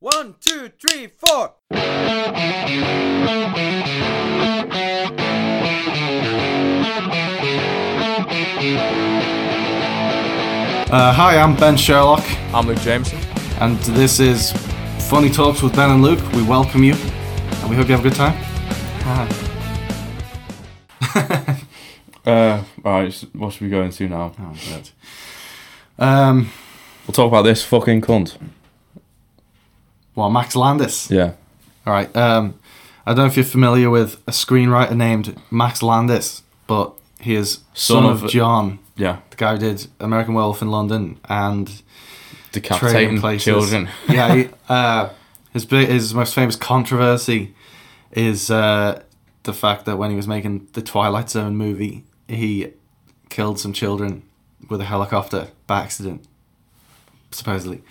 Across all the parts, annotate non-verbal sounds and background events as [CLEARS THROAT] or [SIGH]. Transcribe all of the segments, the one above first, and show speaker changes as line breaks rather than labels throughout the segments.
One, two, three, four.
Uh, hi, I'm Ben Sherlock,
I'm Luke Jameson.
and this is Funny Talks with Ben and Luke. We welcome you, and we hope you have a good time.
Uh, right, s- what should we go into now?
Oh, good. Um,
We'll talk about this fucking cunt.
well, Max Landis.
Yeah.
All right. Um, I don't know if you're familiar with a screenwriter named Max Landis, but he is son,
Son
of,
of-
John,
Yeah.
the guy who did American Werewolf in London and
Decapitating
places.
children.
yeah, he, uh, his big, his most famous controversy is uh, the fact that when he was making the Twilight Zone movie, he killed some children with a helicopter by accident, supposedly.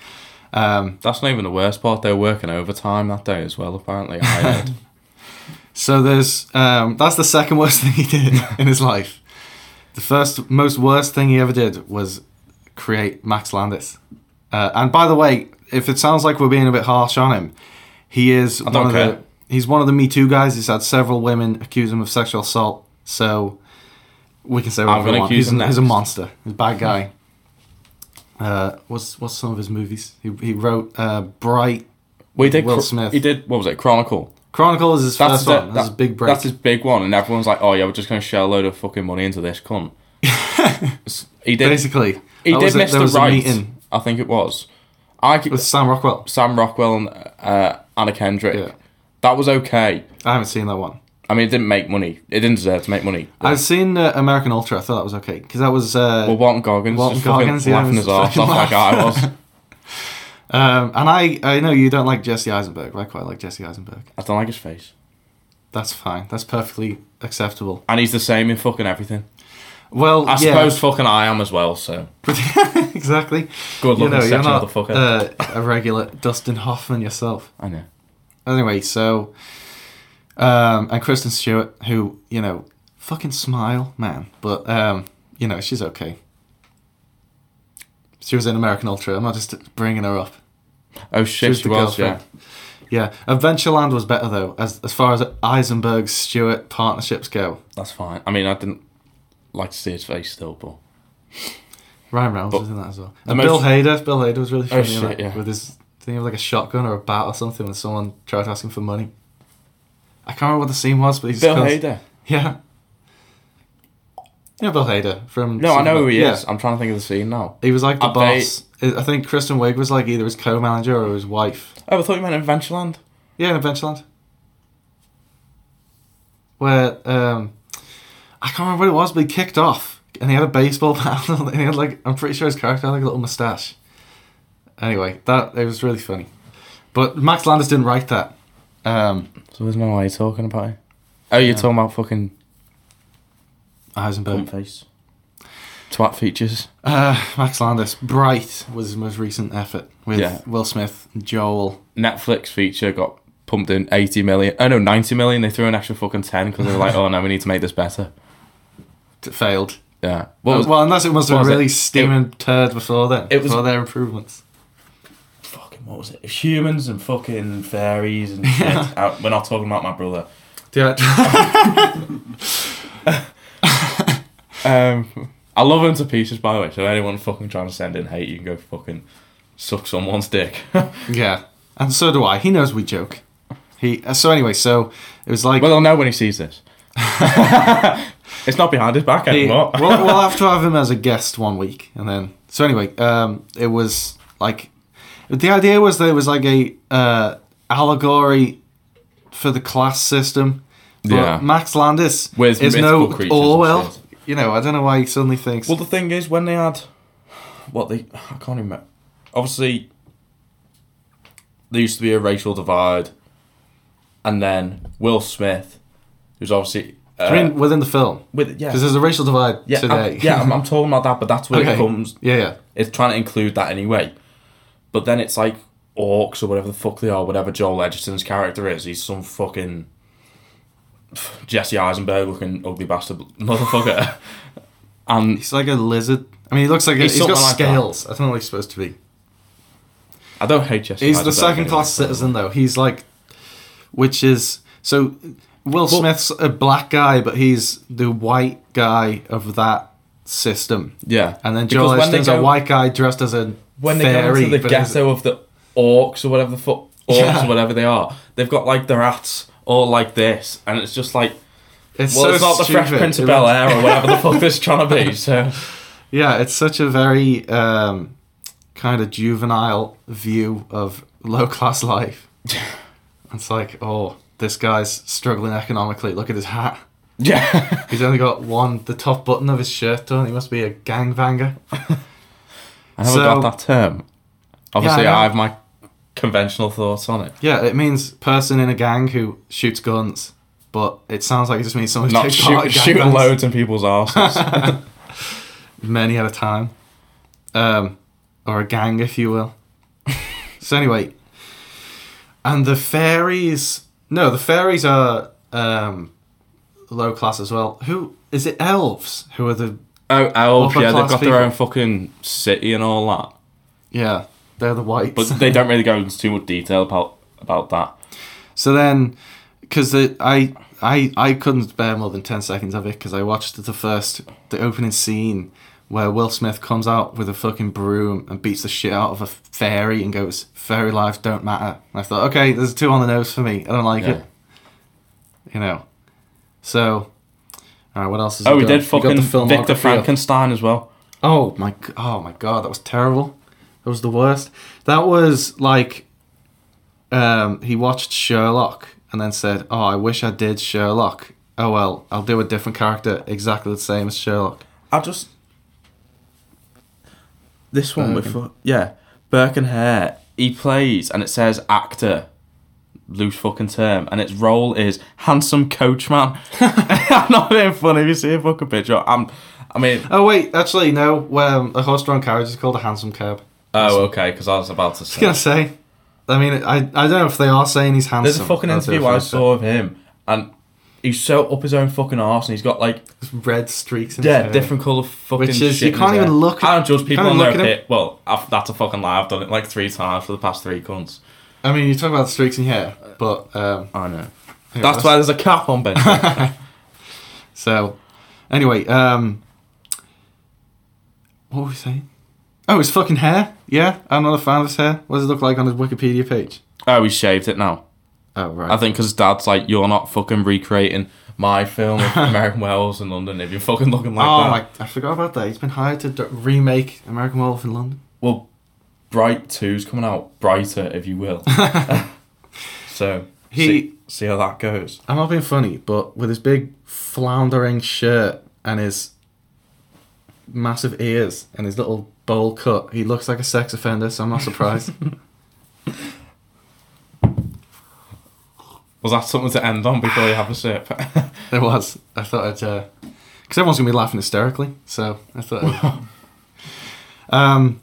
Um,
That's not even the worst part. They were working overtime that day as well, apparently.
[LAUGHS]
I heard.
so there's um, that's the second worst [LAUGHS] thing he did in his life. The first most worst thing he ever did was create Max Landis. Uh, and by the way, if it sounds like we're being a bit harsh on him, he is one
don't
of
care.
the he's one of the Me Too guys. He's had several women accuse him of sexual assault, so we can say whatever
gonna
we want.
accuse
He's,
him
a, he's a
next.
monster. He's a bad guy. Uh, what's what's some of his movies? He, he wrote uh, Bright.
we did.
Will
Cr-
Smith.
He did. What was it? Chronicle.
Chronicle is his first
the-
one. That's his big break.
That's his big one, and everyone's like, "Oh yeah, we're just gonna shell a load of fucking money into
[LAUGHS]
this cunt." S- he did.
Basically,
he
That
did
was it.
miss
There
the
was a
right.
meeting
I think it was. I c-
with Sam Rockwell.
Sam Rockwell and uh, Anna Kendrick.
Yeah.
That was okay.
I haven't seen that one.
I mean, it didn't make money. It didn't deserve to make money.
I've seen uh, American Ultra. I thought that was okay because that was uh,
Well, Walton Goggins
Walton
just fucking
Goggins, yeah,
laughing his
just
ass
fucking
off like
laugh.
I was.
Um, and I, I know you don't like Jesse Eisenberg, but I quite like Jesse Eisenberg.
[LAUGHS] I don't like his face.
That's fine. That's perfectly acceptable.
And he's the same in fucking everything.
Well,
I
yeah,
suppose fucking I am as well, so.
[LAUGHS] exactly.
Good
You
looking
know,
sexy
you're not
motherfucker.
uh, a regular Dustin Hoffman yourself.
I know.
Anyway, so um, and Kristen Stewart, who you know, fucking smile, man. But um, you know, she's okay. She was in American Ultra. I'm not just bringing her up.
Oh shit, she
the
was, yeah.
Yeah, Adventureland was better though, as as far as Eisenberg Stewart partnerships go.
That's fine. I mean, I didn't like to see his face still, but.
Ryan Reynolds
But
was in that as well.
the
And
most- Oh,
Bill Hader, Bill Hader was really funny in
shit,
that,
yeah.
with his thing of like a shotgun or a bat or something when someone tried to ask him for money. I can't remember what the scene was, but he's
Bill Hader.
Yeah. Yeah, Bill Hader from.
No, I know who he
Superman.
is.
Yeah.
I'm trying to think of the scene now.
He was like the
Are they-
boss. I I think Kristen Wiig was like either his co-manager or his wife.
Oh, I thought you meant Adventureland.
Yeah, in Adventureland. Where um, I can't remember what it was, but he kicked off and he had a baseball [LAUGHS] bat and he had like I'm pretty sure his character had like a little mustache. Anyway, that it was really funny, but Max Landis didn't write that. Um,
So there's no way you're talking about it. Oh, you're talking about fucking
Heisenberg,
cunt face. Twat features.
uh, Max Landis, Bright was his most recent effort with
Yeah.
Will Smith, Joel.
Netflix feature got pumped in 80 million. Oh no, 90 million. They threw an extra fucking 10 because they were
[LAUGHS]
like, oh no, we need to make this better.
It failed. Uh,
Yeah. What was
Um, well, unless it must have
what
been
was it?
really steaming turd before then.
It was-
before their improvements.
fucking what was it? Humans and fucking fairies and [LAUGHS] shit. Uh, we're not talking about my brother.
Yeah.
Um, I love him to pieces, by the way. So anyone fucking trying to send in hate, you can go fucking suck someone's
[LAUGHS]
dick. well,
[LAUGHS] yeah. And so do I. He knows we joke. He. uh, so anyway, so it was like.
he'll know when he
[LAUGHS]
sees this. [LAUGHS] it's not behind his back
he-
anymore.
we'll,
[LAUGHS]
we'll have to have him as a guest one week, and then. So anyway, um, it was like, the idea was that it was like a uh, allegory for the class system. But
Yeah.
Max Landis
With
is
mythical
no
creatures and
Orwell.
shit.
You know, I don't know why he suddenly thinks.
Well, the thing is, when they had what they, I can't even. remember. Obviously, there used to be a racial divide, and then Will Smith, who's obviously, uh,
I mean, within the film,
with yeah,
because there's a racial divide
yeah,
today.
I'm,
[LAUGHS]
yeah, I'm, I'm talking about that, but that's where
Okay.
it comes.
yeah, yeah.
It's trying to include that anyway, but then it's like orcs or whatever the fuck they are, whatever Joel Edgerton's character is. He's some fucking. Jesse Eisenberg looking ugly bastard motherfucker, [LAUGHS] and
He's like a lizard. I mean, he looks like a,
He's
he's got
something like that.
scales. I don't know what he's supposed to be.
I don't hate Jesse.
He's the
Eisenberg
second class
anyway.
citizen, though. He's like, which is so. Will Smith's a black guy, but he's the white guy of that system.
Yeah,
And then
Because
Joel
when they
Edgerton's a
go-
white guy dressed as a
when they go
fairy.
into the
but he's-
ghetto of the orcs or whatever the fuck orcs
Yeah.
or whatever they are, they've got like the rats all like this, and it's just like
it's
well,
so
it's not the Fresh
stupid.
Prince
It
of
was-
Bel Air or whatever the fuck this is trying to
[LAUGHS]
be. So
Yeah, it's such a very um, kind of juvenile view of low class
[LAUGHS]
life. it's like, oh, this guy's struggling economically. Look at his hat.
yeah,
He's only got one, the top button of his shirt on. He must be a gangbanger.
I never
So-
got that term. Obviously,
Yeah, I know.
I have my conventional thoughts on it.
Yeah, it means person in a gang who shoots guns, but it sounds like it just means someone who
Not
takes part
shoot,
in
shooting
gangbangs
loads in people's
[LAUGHS]
arses.
many at a time, um, or a gang, if you
[LAUGHS]
will. so anyway, and the fairies. No, the fairies are um, low class as well. Who is it? Elves who are the
oh, elves,
Upper
yeah, they've
class
got their
people.
own fucking city and all that,
yeah they're the whites.
but they don't really go into too much detail about about that.
So then, because I I I couldn't bear more than ten seconds of it because I watched the first the opening scene where Will Smith comes out with a fucking broom and beats the shit out of a fairy and goes fairy lives don't matter. And I thought, okay, there's two on the nose for me. I don't like
Yeah.
it. You know. So, all right, what else is?
Oh, we did fucking Victor Frankenstein as well.
Oh my! g- Oh my God! That was terrible. That was the worst. That was like, um, he watched Sherlock and then said, "Oh, I wish I did Sherlock. Oh well, I'll do a different character, exactly the same as Sherlock."
I just this one with with yeah Burke and Hare. He plays and it says actor, loose fucking term, and its role is handsome coachman. [LAUGHS] I'm not being funny. If you see a fucking picture, I'm. I mean,
Oh wait, actually no. Um, a horse-drawn carriage is called a handsome cab.
oh okay, because I was about to
I was gonna
say
say. I mean, I, I don't know if they are saying he's handsome.
there's a fucking
That's
interview
what
I
I
saw of him, and he's so up his own fucking arse, and he's got like
said. Red streaks. In his
Yeah,
hair.
different colour fucking
Which is-
shit
you can't
in his
even
hair.
look-
I don't judge people
can't even
on their
look at him.
pit. Well, I've, that's a fucking lie. I've done it like three times for the past three cunts.
I mean, you talk about streaks in your hair, but um,
I know.
yeah,
That's why there's a cap on [LAUGHS] Ben.
So, anyway, um, what were we saying? Oh, his fucking hair. Yeah, I'm not a fan of his hair. What does it look like on his Wikipedia page?
oh, he shaved it now.
Oh, right.
I think because dad's like, you're not fucking recreating my film [LAUGHS] of American Wells in London if you're fucking looking like
oh
that.
my! I forgot about that. He's been hired to d- remake American Wolf in London.
Well, Bright 2's coming out brighter, if you [LAUGHS] will. so,
He-
see, see how that goes.
I'm not being funny, but with his big floundering shirt and his massive ears and his little bowl cut, he looks like a sex offender. So I'm not [LAUGHS] surprised.
Was that something to end on before you have a [LAUGHS] sip?
There was. I thought I'd. Because everyone's going to be laughing hysterically, so I thought.
[LAUGHS]
I'd- um,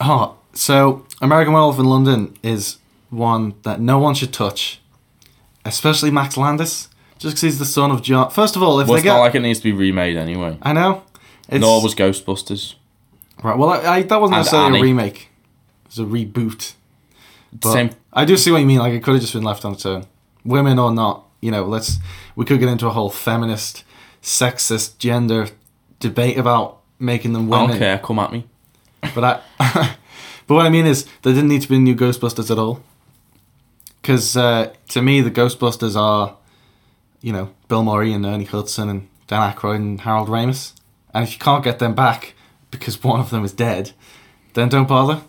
oh, so American Werewolf in London is one that no one should touch, especially Max Landis, just because he's the son of John. First of all, if
well,
they
it's
get.
not like it needs to be remade anyway.
I know. It's,
Nor was Ghostbusters.
Right, well, I, I, that wasn't
And
necessarily a
Annie.
remake, it was a reboot. But
Same.
I do see what you mean. Like it could have just been left on its own, women or not. You know, let's we could get into a whole feminist, sexist, gender debate about making them
I
women.
don't care. Come at me.
But I, [LAUGHS] but what I mean is, there didn't need to be new Ghostbusters at all. Because uh, to me, the Ghostbusters are, you know, Bill Murray and Ernie Hudson and Dan Aykroyd and Harold Ramis. And if you can't get them back because one of them is dead, then don't bother.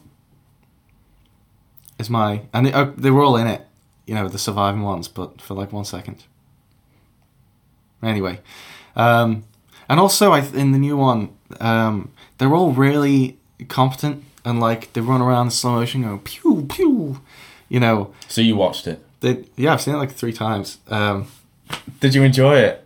Is my and they, oh, they were all in it, you know, the surviving ones, but for like one second. Anyway, um, and also I th- in the new one, um, they're all really competent and like they run around in slow motion going pew pew, you know.
So you watched it.
They yeah, I've seen it like three times. Um,
Did you enjoy it?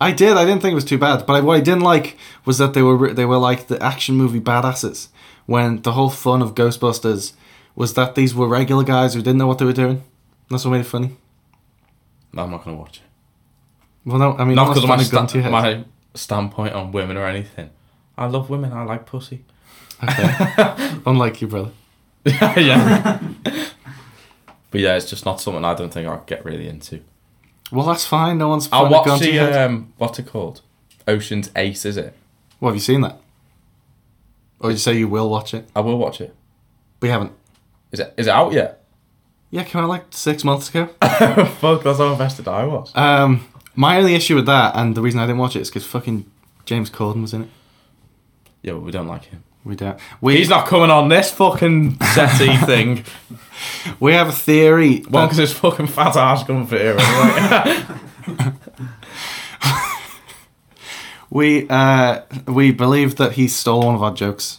I did. I didn't think it was too bad, but I, what I didn't like was that they were re- they were like the action movie badasses. When the whole fun of Ghostbusters was that these were regular guys who didn't know what they were doing. That's what made it funny.
No, I'm not going to watch it.
Well, no, I mean
Not
unless
because of my,
Fun had gone to your
sta-
head.
my standpoint on women or anything. I love women. I like pussy.
Okay. Unlike you, brother.
[LAUGHS] yeah. but yeah, it's just not something I don't think I'll get really into.
Well, that's fine. No one's
I
putting a gun
watched
to
the
your head.
um, what's it called? Ocean's Ace, is it?
Well, have you seen that? Or you say you will watch it,
I will watch it.
but you haven't.
Is it is it out yet?
Yeah, came out like six months
[COUGHS]
ago.
[LAUGHS] Fuck, that's how invested I was.
Um, my only issue with that, and the reason I didn't watch it, is because fucking James Corden was in it.
Yeah, but we don't like him.
We don't. We
He's not coming on this [LAUGHS] fucking settee thing.
we have a theory.
Well,
that-
because his fucking fat ass coming for here.
We uh, we believe that he stole one of our jokes,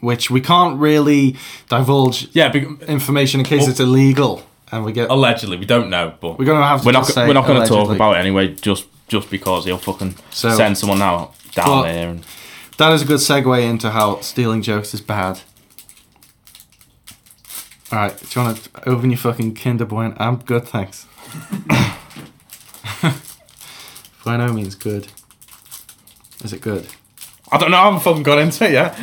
which we can't really divulge
[LAUGHS] yeah, be-
information in case it's illegal, and we get
allegedly, we don't know, but
we're gonna have to
we're not
just say
we're not going to talk
allegedly.
about it anyway. Just just because he'll fucking
So-
send someone now down
Well-
there. And,
That is a good segue into how stealing jokes is bad. All right, do you want to open your fucking Kinder Bueno? I'm good, thanks. [COUGHS] By no means good. Is it good?
I don't know. I haven't fucking got into it yet.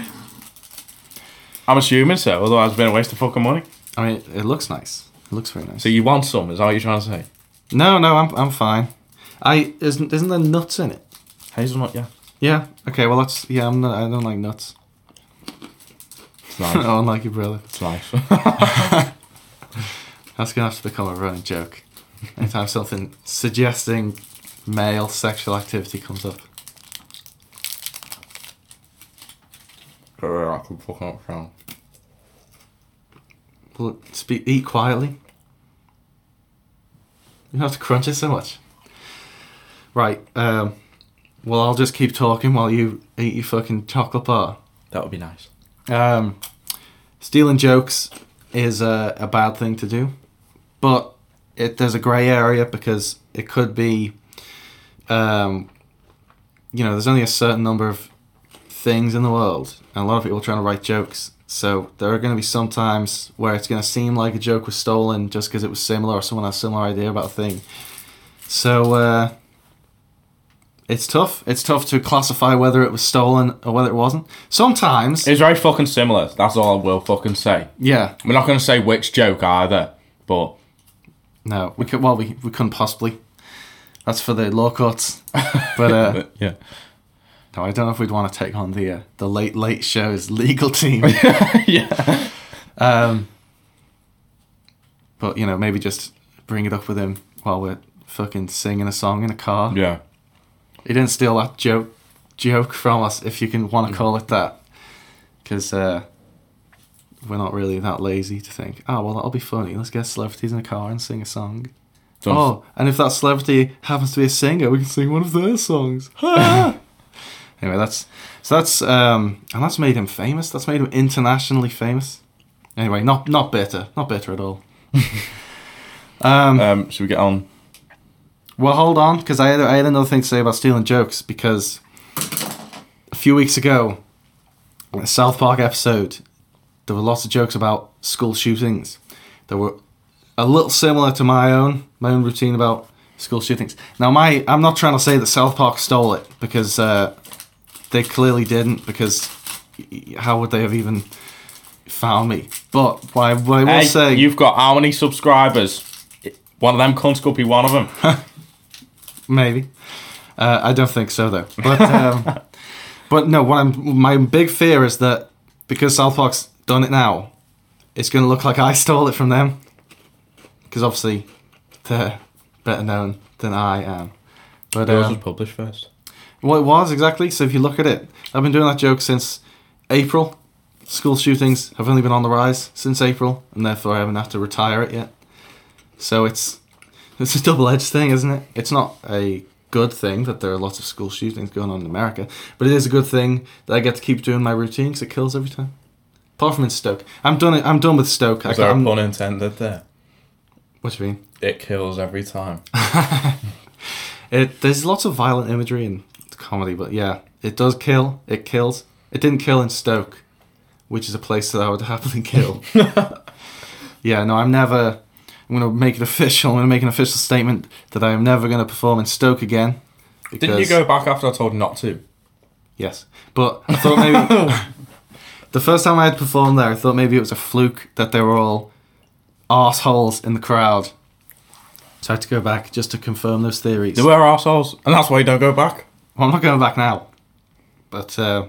I'm assuming so. Otherwise, it's been a waste of fucking money.
I mean, it, it looks nice. It looks very nice.
So you want some? Is that what you're trying to say?
No, no, I'm I'm fine. I isn't isn't there nuts in it?
Hazelnut, yeah.
Yeah. Okay. Well, that's yeah. I'm not. I don't like nuts. [LAUGHS]
It's
I [LAUGHS]
nice.
don't like your brother.
it's nice. [LAUGHS]
That's gonna have to become a running joke. [LAUGHS] Anytime something suggesting male sexual activity comes up.
I could fucking up sound.
Well, speak. Eat quietly. You don't have to crunch it so much. Right. Um. Well, I'll just keep talking while you eat your fucking chocolate bar.
That would be nice.
Um, stealing jokes is a, a bad thing to do, but it there's a grey area because it could be, um, you know, there's only a certain number of things in the world, and a lot of people are trying to write jokes. So there are going to be some times where it's going to seem like a joke was stolen just because it was similar or someone has a similar idea about a thing. So uh, it's tough. It's tough to classify whether it was stolen or whether it wasn't. Sometimes
It's very fucking similar. That's all I will fucking say.
yeah,
We're not going to say which joke either, but
no, we could. Well, we we couldn't possibly. That's for the law
[LAUGHS]
courts. But uh,
but, yeah,
no, I don't know if we'd want to take on the uh, the late late show's legal team.
[LAUGHS] [LAUGHS] yeah.
Um, but you know, maybe just bring it up with him while we're fucking singing a song in a car.
Yeah.
He didn't steal that joke joke from us, if you can
Mm.
want to call it that, because uh, we're not really that lazy to think. Oh well, that'll be funny. Let's get celebrities in a car and sing a song.
Don't-
Oh, and if that celebrity happens to be a singer, we can sing one of their songs. [LAUGHS] Ah! anyway, that's so that's um, and that's made him famous. That's made him internationally famous. Anyway, not not bitter, not bitter at all. um,
Um, should we get on?
well, hold on, because I had, I had another thing to say about stealing jokes. Because a few weeks ago, in a South Park episode, there were lots of jokes about school shootings. They were a little similar to my own my own routine about school shootings. Now, my I'm not trying to say that South Park stole it because uh, they clearly didn't. Because y- y- how would they have even found me? But what I, what I will
Hey,
say,
you've got how many subscribers? One of them cunts could be one of
[LAUGHS]
them.
Maybe. Uh, I don't think so though. But um, but no, what I'm my big fear is that because South Park's done it now, it's going to look like I [LAUGHS] stole it from them. Because obviously, they're better known than I am. But
Yours
um,
was published first.
well, it was exactly. So if you look at it, I've been doing that joke since April. School shootings have only been on the rise since April, and therefore I haven't had to retire it yet. So it's it's a double edged thing, isn't it? It's not a good thing that there are lots of school shootings going on in America, but it is a good thing that I get to keep doing my routine because it kills every time. Apart from in Stoke, I'm done. I'm done with Stoke. I
Is there a
can't-
pun intended there?
what do you mean?
It kills every time.
It there's lots of violent imagery in comedy, but yeah, it does kill. It kills. It didn't kill in Stoke, which is a place that I would [LAUGHS] happily
[LAUGHS]
kill. yeah, no, I'm never. I'm gonna make it official. I'm gonna make an official statement that I am never gonna perform in Stoke again.
Didn't you
because-
go back after I told you not to? [LAUGHS]
Yes, but I thought maybe. The first time I had performed there, I thought maybe it was a fluke that they were all arseholes in the crowd. So I had to go back just to confirm those theories.
They were assholes, and that's why you don't go back.
Well, I'm not going back now. But uh,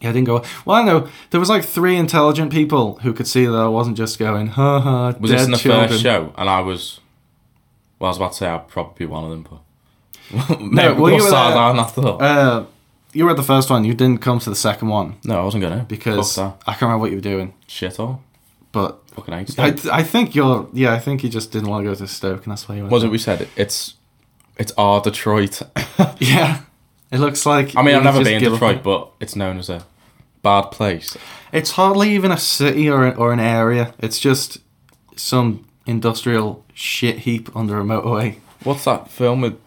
yeah, I didn't go. Well, I know there was like three intelligent people who could see that I wasn't just going. Ha ha.
Was
dead
this in the
children.
first show? And I was. Well, I was about to say I'd probably be one of them,
[LAUGHS]
but.
well,
no,
you
we'll
were
start
there.
down after that.
Uh, you were at the first one. You didn't come to the second one
no, I wasn't gonna
because I
Fuck
can't remember what you were doing.
that. shit all
But
fucking hates
I,
that.
I think you're. Yeah, I think you just didn't want to go to Stoke, and that's why you went.
Was it we said it- it's it's our Detroit. I
Yeah. It looks like.
mean,
[LAUGHS]
I've
you
never
just
been
give
to
up.
Detroit, but it's known as a bad place.
It's hardly even a city or an, or an area. It's just some industrial shit heap under a motorway.
What's that film with?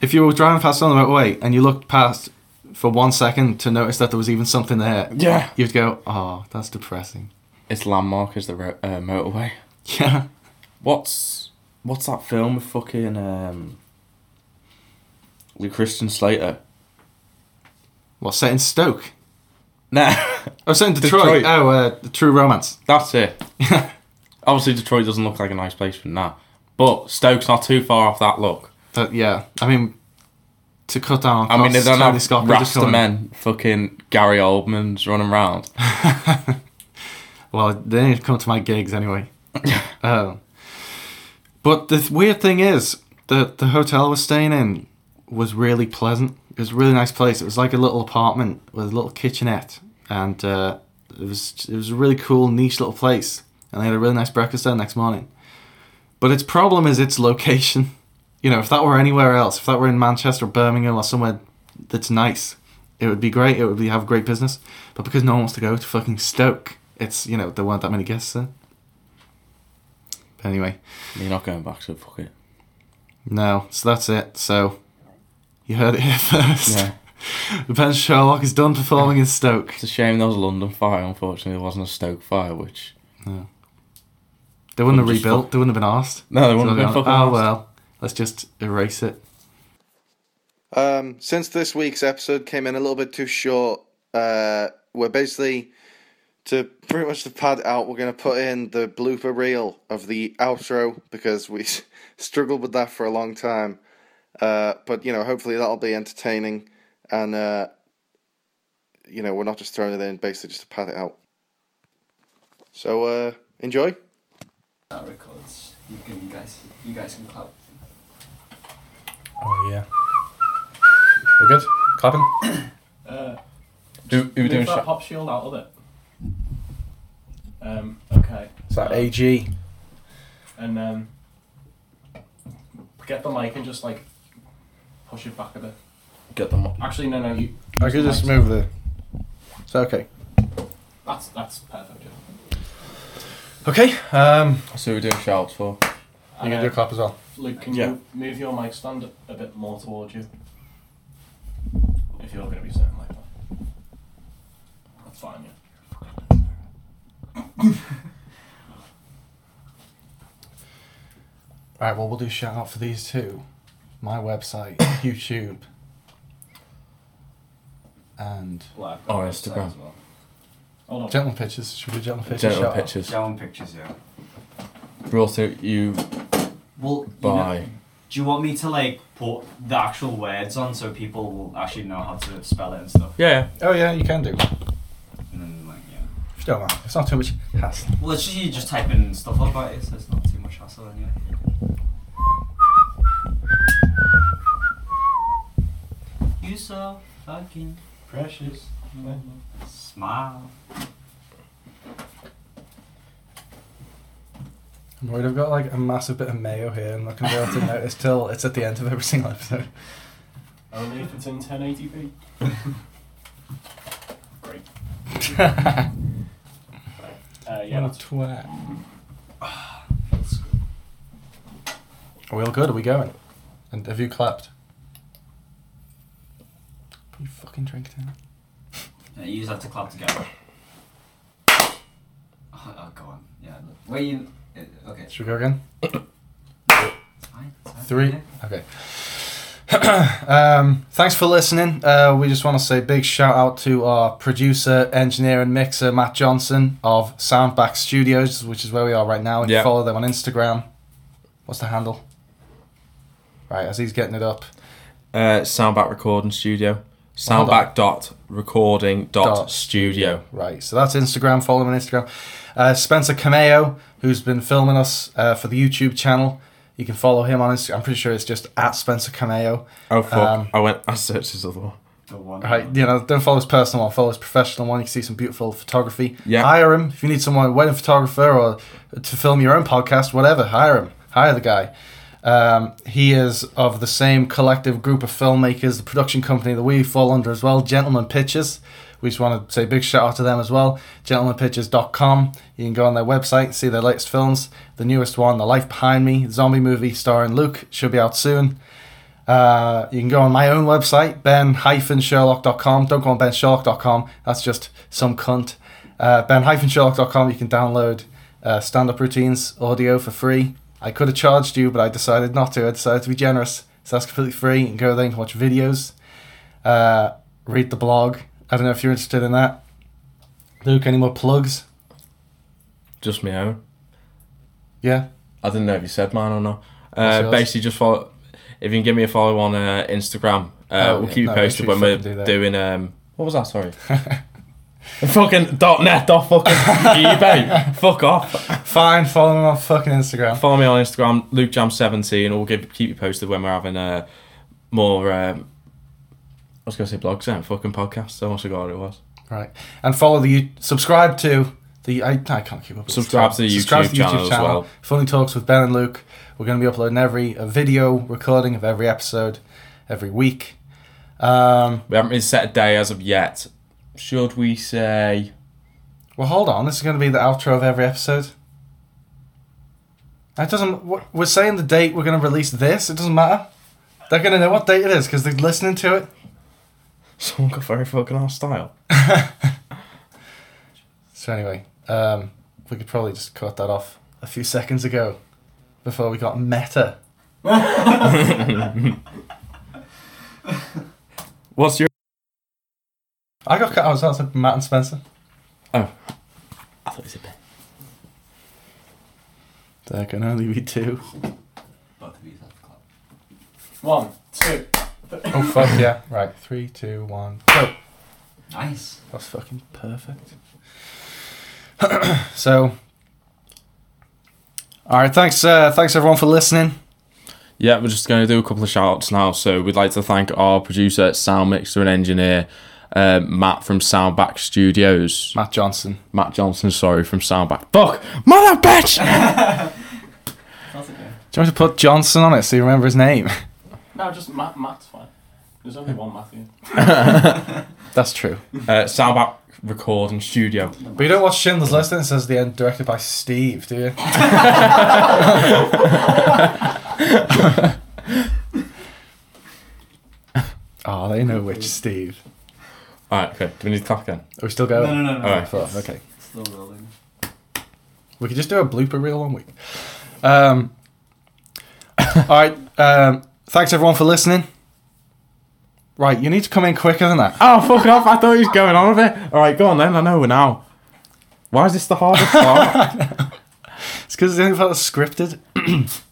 If you were driving past on the motorway and you looked past for one second to notice that there was even something there,
Yeah,
you'd go, "Oh, that's depressing." [LAUGHS]
it's landmark is the ro- uh, motorway.
Yeah.
What's what's that film with fucking um with Christian Slater? [LAUGHS]
What set in Stoke?
Nah,
Oh, set in Detroit.
Detroit.
Oh, uh, the True Romance. [LAUGHS]
that's it. Obviously, Detroit doesn't look like a nice place for now, but Stoke's not too far off that look.
That, yeah. I mean, to cut down. on
I mean, they
costs,
don't
Tony
have
Scott could just come
Rasta
in.
men, fucking Gary Oldman's running around. [LAUGHS]
Well, they didn't come to my gigs anyway. um, but the th- weird thing is that the hotel I was staying in was really pleasant. It was a really nice place. It was like a little apartment with a little kitchenette, and uh, it was it was a really cool niche little place. And they had a really nice breakfast there the next morning. But its problem is its location. [LAUGHS] You know, if that were anywhere else, if that were in Manchester, Birmingham, or somewhere that's nice, it would be great. It would be have great business. But because no one wants to go to fucking Stoke, it's you know there weren't that many guests there. But anyway,
You're not going back, so fuck it.
no, so that's it. So you heard it here [LAUGHS] first.
Yeah.
ben Sherlock is done performing in Stoke.
It's a shame there was a London fire, unfortunately, there wasn't a Stoke fire, which.
They wouldn't have
Wouldn't just
rebuilt. They wouldn't have been asked.
No, they wouldn't have been fucking
Oh
arsed.
well, let's just erase it.
Um, since this week's episode came in a little bit too short, uh, we're basically to pretty much to pad out. We're going to put in the blooper reel of the outro because we [LAUGHS] struggled with that for a long time. Uh, but you know, hopefully that'll be entertaining, and uh, you know, we're not just throwing it in basically just to pad it out. So uh, enjoy.
our records. You can you guys you guys can clap.
Oh, yeah. We're good? Clapping?
Uh,
Who, who we
move
doing
that
shit?
pop shield out of it. Um, okay.
It's that AG.
And um, get the mic and just like push it back a bit.
Get them up.
Actually, no, no, you.
I could just move the. It's okay.
That's that's perfect. Yeah.
Okay. Um,
So we're doing shouts for.
I'm
And,
gonna
uh,
do a clap as well.
Luke, can
Yeah.
you move your mic stand a, a bit more towards you? If you're going to be sitting like that. That's fine, yeah.
Right, well, we'll do a shout out for these two. My website, [COUGHS] YouTube, and
Live
Oh, Instagram.
Hold on.
Gentleman Pictures. Should we do Gentleman Oh. Pictures?
General
shout out?
pictures.
Down pictures, yeah.
Brought to you
Well, you
by.
know, do you want me to like put the actual words on so people will actually know how to spell it and stuff?
Yeah,
Oh yeah, you can do. If
And then like yeah.
you don't mind. It's not too much hassle.
Well, it's just you just type in stuff up about it, so it's not too much hassle anyway. You so fucking
Precious.
smile.
I'm worried I've got like a massive bit of mayo here. I'm not gonna be able to notice till it's at the end of every single [LAUGHS] episode.
Only if it's
[LAUGHS]
in 1080p. Great.
What
Uh, yeah,
a
that's
twat. Are we all good? Are we going? And have you clapped? Put your fucking drink down.
Yeah, you just have to clap together. Oh, oh go on. Yeah. Look. Wait. You, uh, okay.
Should we go again?
[LAUGHS] It's fine, it's fine,
Three.
yeah.
Okay. [CLEARS THROAT] um, thanks for listening. Uh, we just want to say big shout out to our producer, engineer, and mixer Matt Johnson of Soundback Studios, which is where we are right now. You
Yeah.
can follow them on Instagram. What's the handle? Right, as he's getting it up.
Uh, Soundback Recording Studio.
hold on.
Soundback dot recording
Dot.
dot studio.
Right, so that's Instagram. Follow him on Instagram. Uh, Spencer Cameo, who's been filming us uh, for the YouTube channel. You can follow him on Instagram. I'm pretty sure it's just at Spencer Cameo.
Oh fuck!
Um,
I went. I searched his other one.
The one.
Right, you know, don't follow his personal one, follow his professional one. You can see some beautiful photography.
Yeah.
Hire him. If you need someone, a wedding photographer or to film your own podcast, whatever, hire him. Hire the guy. Um, he is of the same collective group of filmmakers, the production company that we fall under as well, Gentleman Pictures. We just want to say a big shout out to them as well, gentlemanpictures.com. You can go on their website and see their latest films. The newest one, The Life Behind Me, zombie movie starring Luke, should be out soon. Uh, you can go on my own website, ben-sherlock.com. Don't go on bensherlock.com. That's just some cunt. Uh, ben-sherlock.com. You can download uh, stand-up routines audio for free. I could have charged you, but I decided not to. I decided to be generous. So that's completely free. You can go there and watch videos. Uh, read the blog. I don't know if you're interested in that. Luke, any more plugs?
Just me own.
Yeah?
I didn't know if you said mine or not.
What's
Uh,
yours?
basically, just follow. If you can give me a follow on uh, Instagram, uh,
Oh,
we'll
yeah. No,
keep you
make sure
posted when
you
we're
fucking do that.
doing. Um, what was
[LAUGHS]
that? Sorry. fucking dot net dot fucking eBay. Fuck off.
Fine, follow me on fucking Instagram.
Follow me on Instagram, LukeJam17. We'll give, keep you posted when we're having uh, more. Um, I was gonna say blogs and fucking podcasts. I almost forgot what it was.
Right. And follow the you subscribe to the I, I can't keep up with
Subscribe
this.
to the YouTube channel as well.
Funny talks with Ben and Luke. We're going to be uploading every a video recording of every episode every week. Um,
We haven't really set a day as of yet. Should we say? [LAUGHS]
well, hold on. This is going to be the outro of every episode. That doesn't. wh- We're saying the date we're going to release this. It doesn't matter. They're going to know what date it is because they're listening to it.
Someone got very fucking our style.
So anyway, um, we could probably just cut that off a few seconds ago before we got meta.
What's your?
I got cut out. That's like Matt and Spencer.
Oh. I thought it was a bit.
There can only be two.
Both of you have to clap. One, two.
Oh fuck yeah! Right, three, two, one, go.
Nice. [LAUGHS]
That's fucking perfect. [CLEARS THROAT] so, all right. Thanks, uh, thanks everyone for listening.
Yeah, we're just going to do a couple of shout outs now. So, we'd like to thank our producer, sound mixer, and engineer, uh, Matt from Soundback Studios.
Matt Johnson.
Matt Johnson, sorry, from Soundback. Fuck! Mother bitch! [LAUGHS]
That's okay.
Do you want me to put Johnson on it so you remember his name?
No, just Matt. Matt's fine. There's only one Matthew.
That's true.
uh, Soundback Recording Studio.
But you don't watch Schindler's List and it says the end directed by Steve, do you? [LAUGHS] oh, they know which Steve.
Alright, okay. Do we need to clap again?
Are we still going? Oh,
No, no, no, no.
Alright.
Fuck, okay.
Still rolling.
We could just do a blooper reel one week. Um, [LAUGHS] all right. Um, thanks everyone for listening. Right, you need to come in quicker than that.
Oh, fuck off. I thought he was going on with it. Alright, go on then. I know we're now. Why is this the hardest [LAUGHS] part?
It's because they felt scripted. [CLEARS THROAT]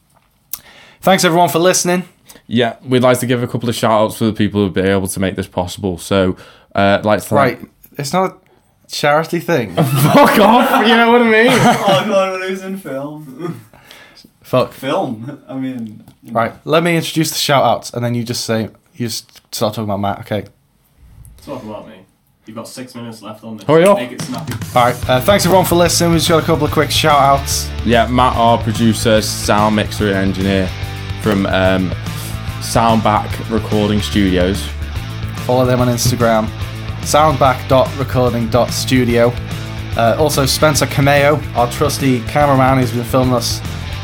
thanks everyone for listening.
yeah, we'd like to give a couple of shout outs for the people who've been able to make this possible. So, uh, I'd like to thank-
Right, it's not a charity thing.
[LAUGHS] Fuck off! You know what I mean?
oh god, we're losing film.
Fuck.
film. I mean. you know.
Right, let me introduce the shout outs and then you just say, you just start talking about Matt, okay?
Talk about me. You've got six minutes left on this.
Hurry up.
Make it snappy.
All right, uh, thanks everyone for listening. We just got a couple of quick shout outs.
Yeah, Matt, our producer, sound mixer, and engineer from um, Soundback Recording Studios.
follow them on Instagram, soundback.recording.studio. Uh, also, Spencer Cameo, our trusty cameraman who's been filming us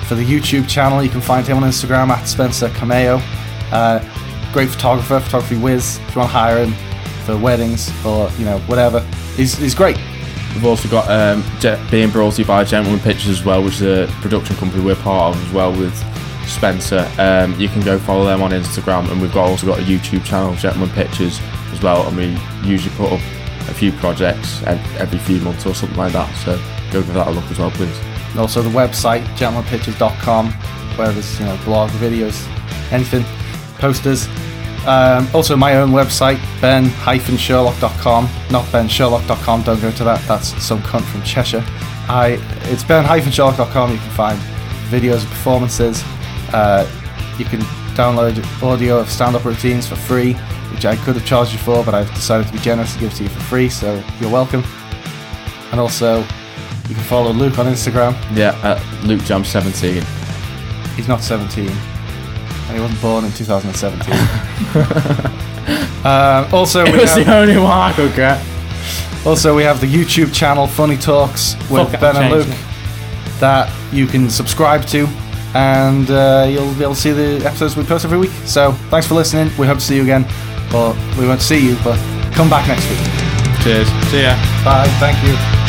for the YouTube channel. You can find him on Instagram at Spencer Cameo. Uh, great photographer, photography whiz. If you want to hire him for weddings or you know whatever, he's, he's great.
We've also got um, Je- being brought to you by Gentleman Pictures as well, which is a production company we're part of as well with Spencer. Um, you can go follow them on Instagram, and we've got, also got a YouTube channel, Gentleman Pictures, as well. And we usually put up a few projects ev- every few months or something like that. So go give that a look as well, please.
And also the website, gentlemanpictures.com, where there's, you know, blog, videos, anything, posters. Um, also my own website, ben-sherlock.com. Not bensherlock.com, don't go to that, that's some cunt from Cheshire. I, it's ben-sherlock.com, you can find videos and performances. Uh, you can download audio of stand-up routines for free, which I could have charged you for, but I've decided to be generous and give it to you for free, so you're welcome. And also, you can follow Luke on Instagram.
Yeah, at Luke Jam [LAUGHS] 17.
He's not 17. And he wasn't born in 2017. um, also, we have,
only one I could get.
also, we have the YouTube channel Funny Talks with
Fuck, I
Ben and
changed
Luke that you can subscribe to, and uh, you'll be able to see the episodes we post every week. So, thanks for listening. We hope to see you again. Or, we won't see you, but come back next week.
Cheers. See ya.
Bye. Thank you.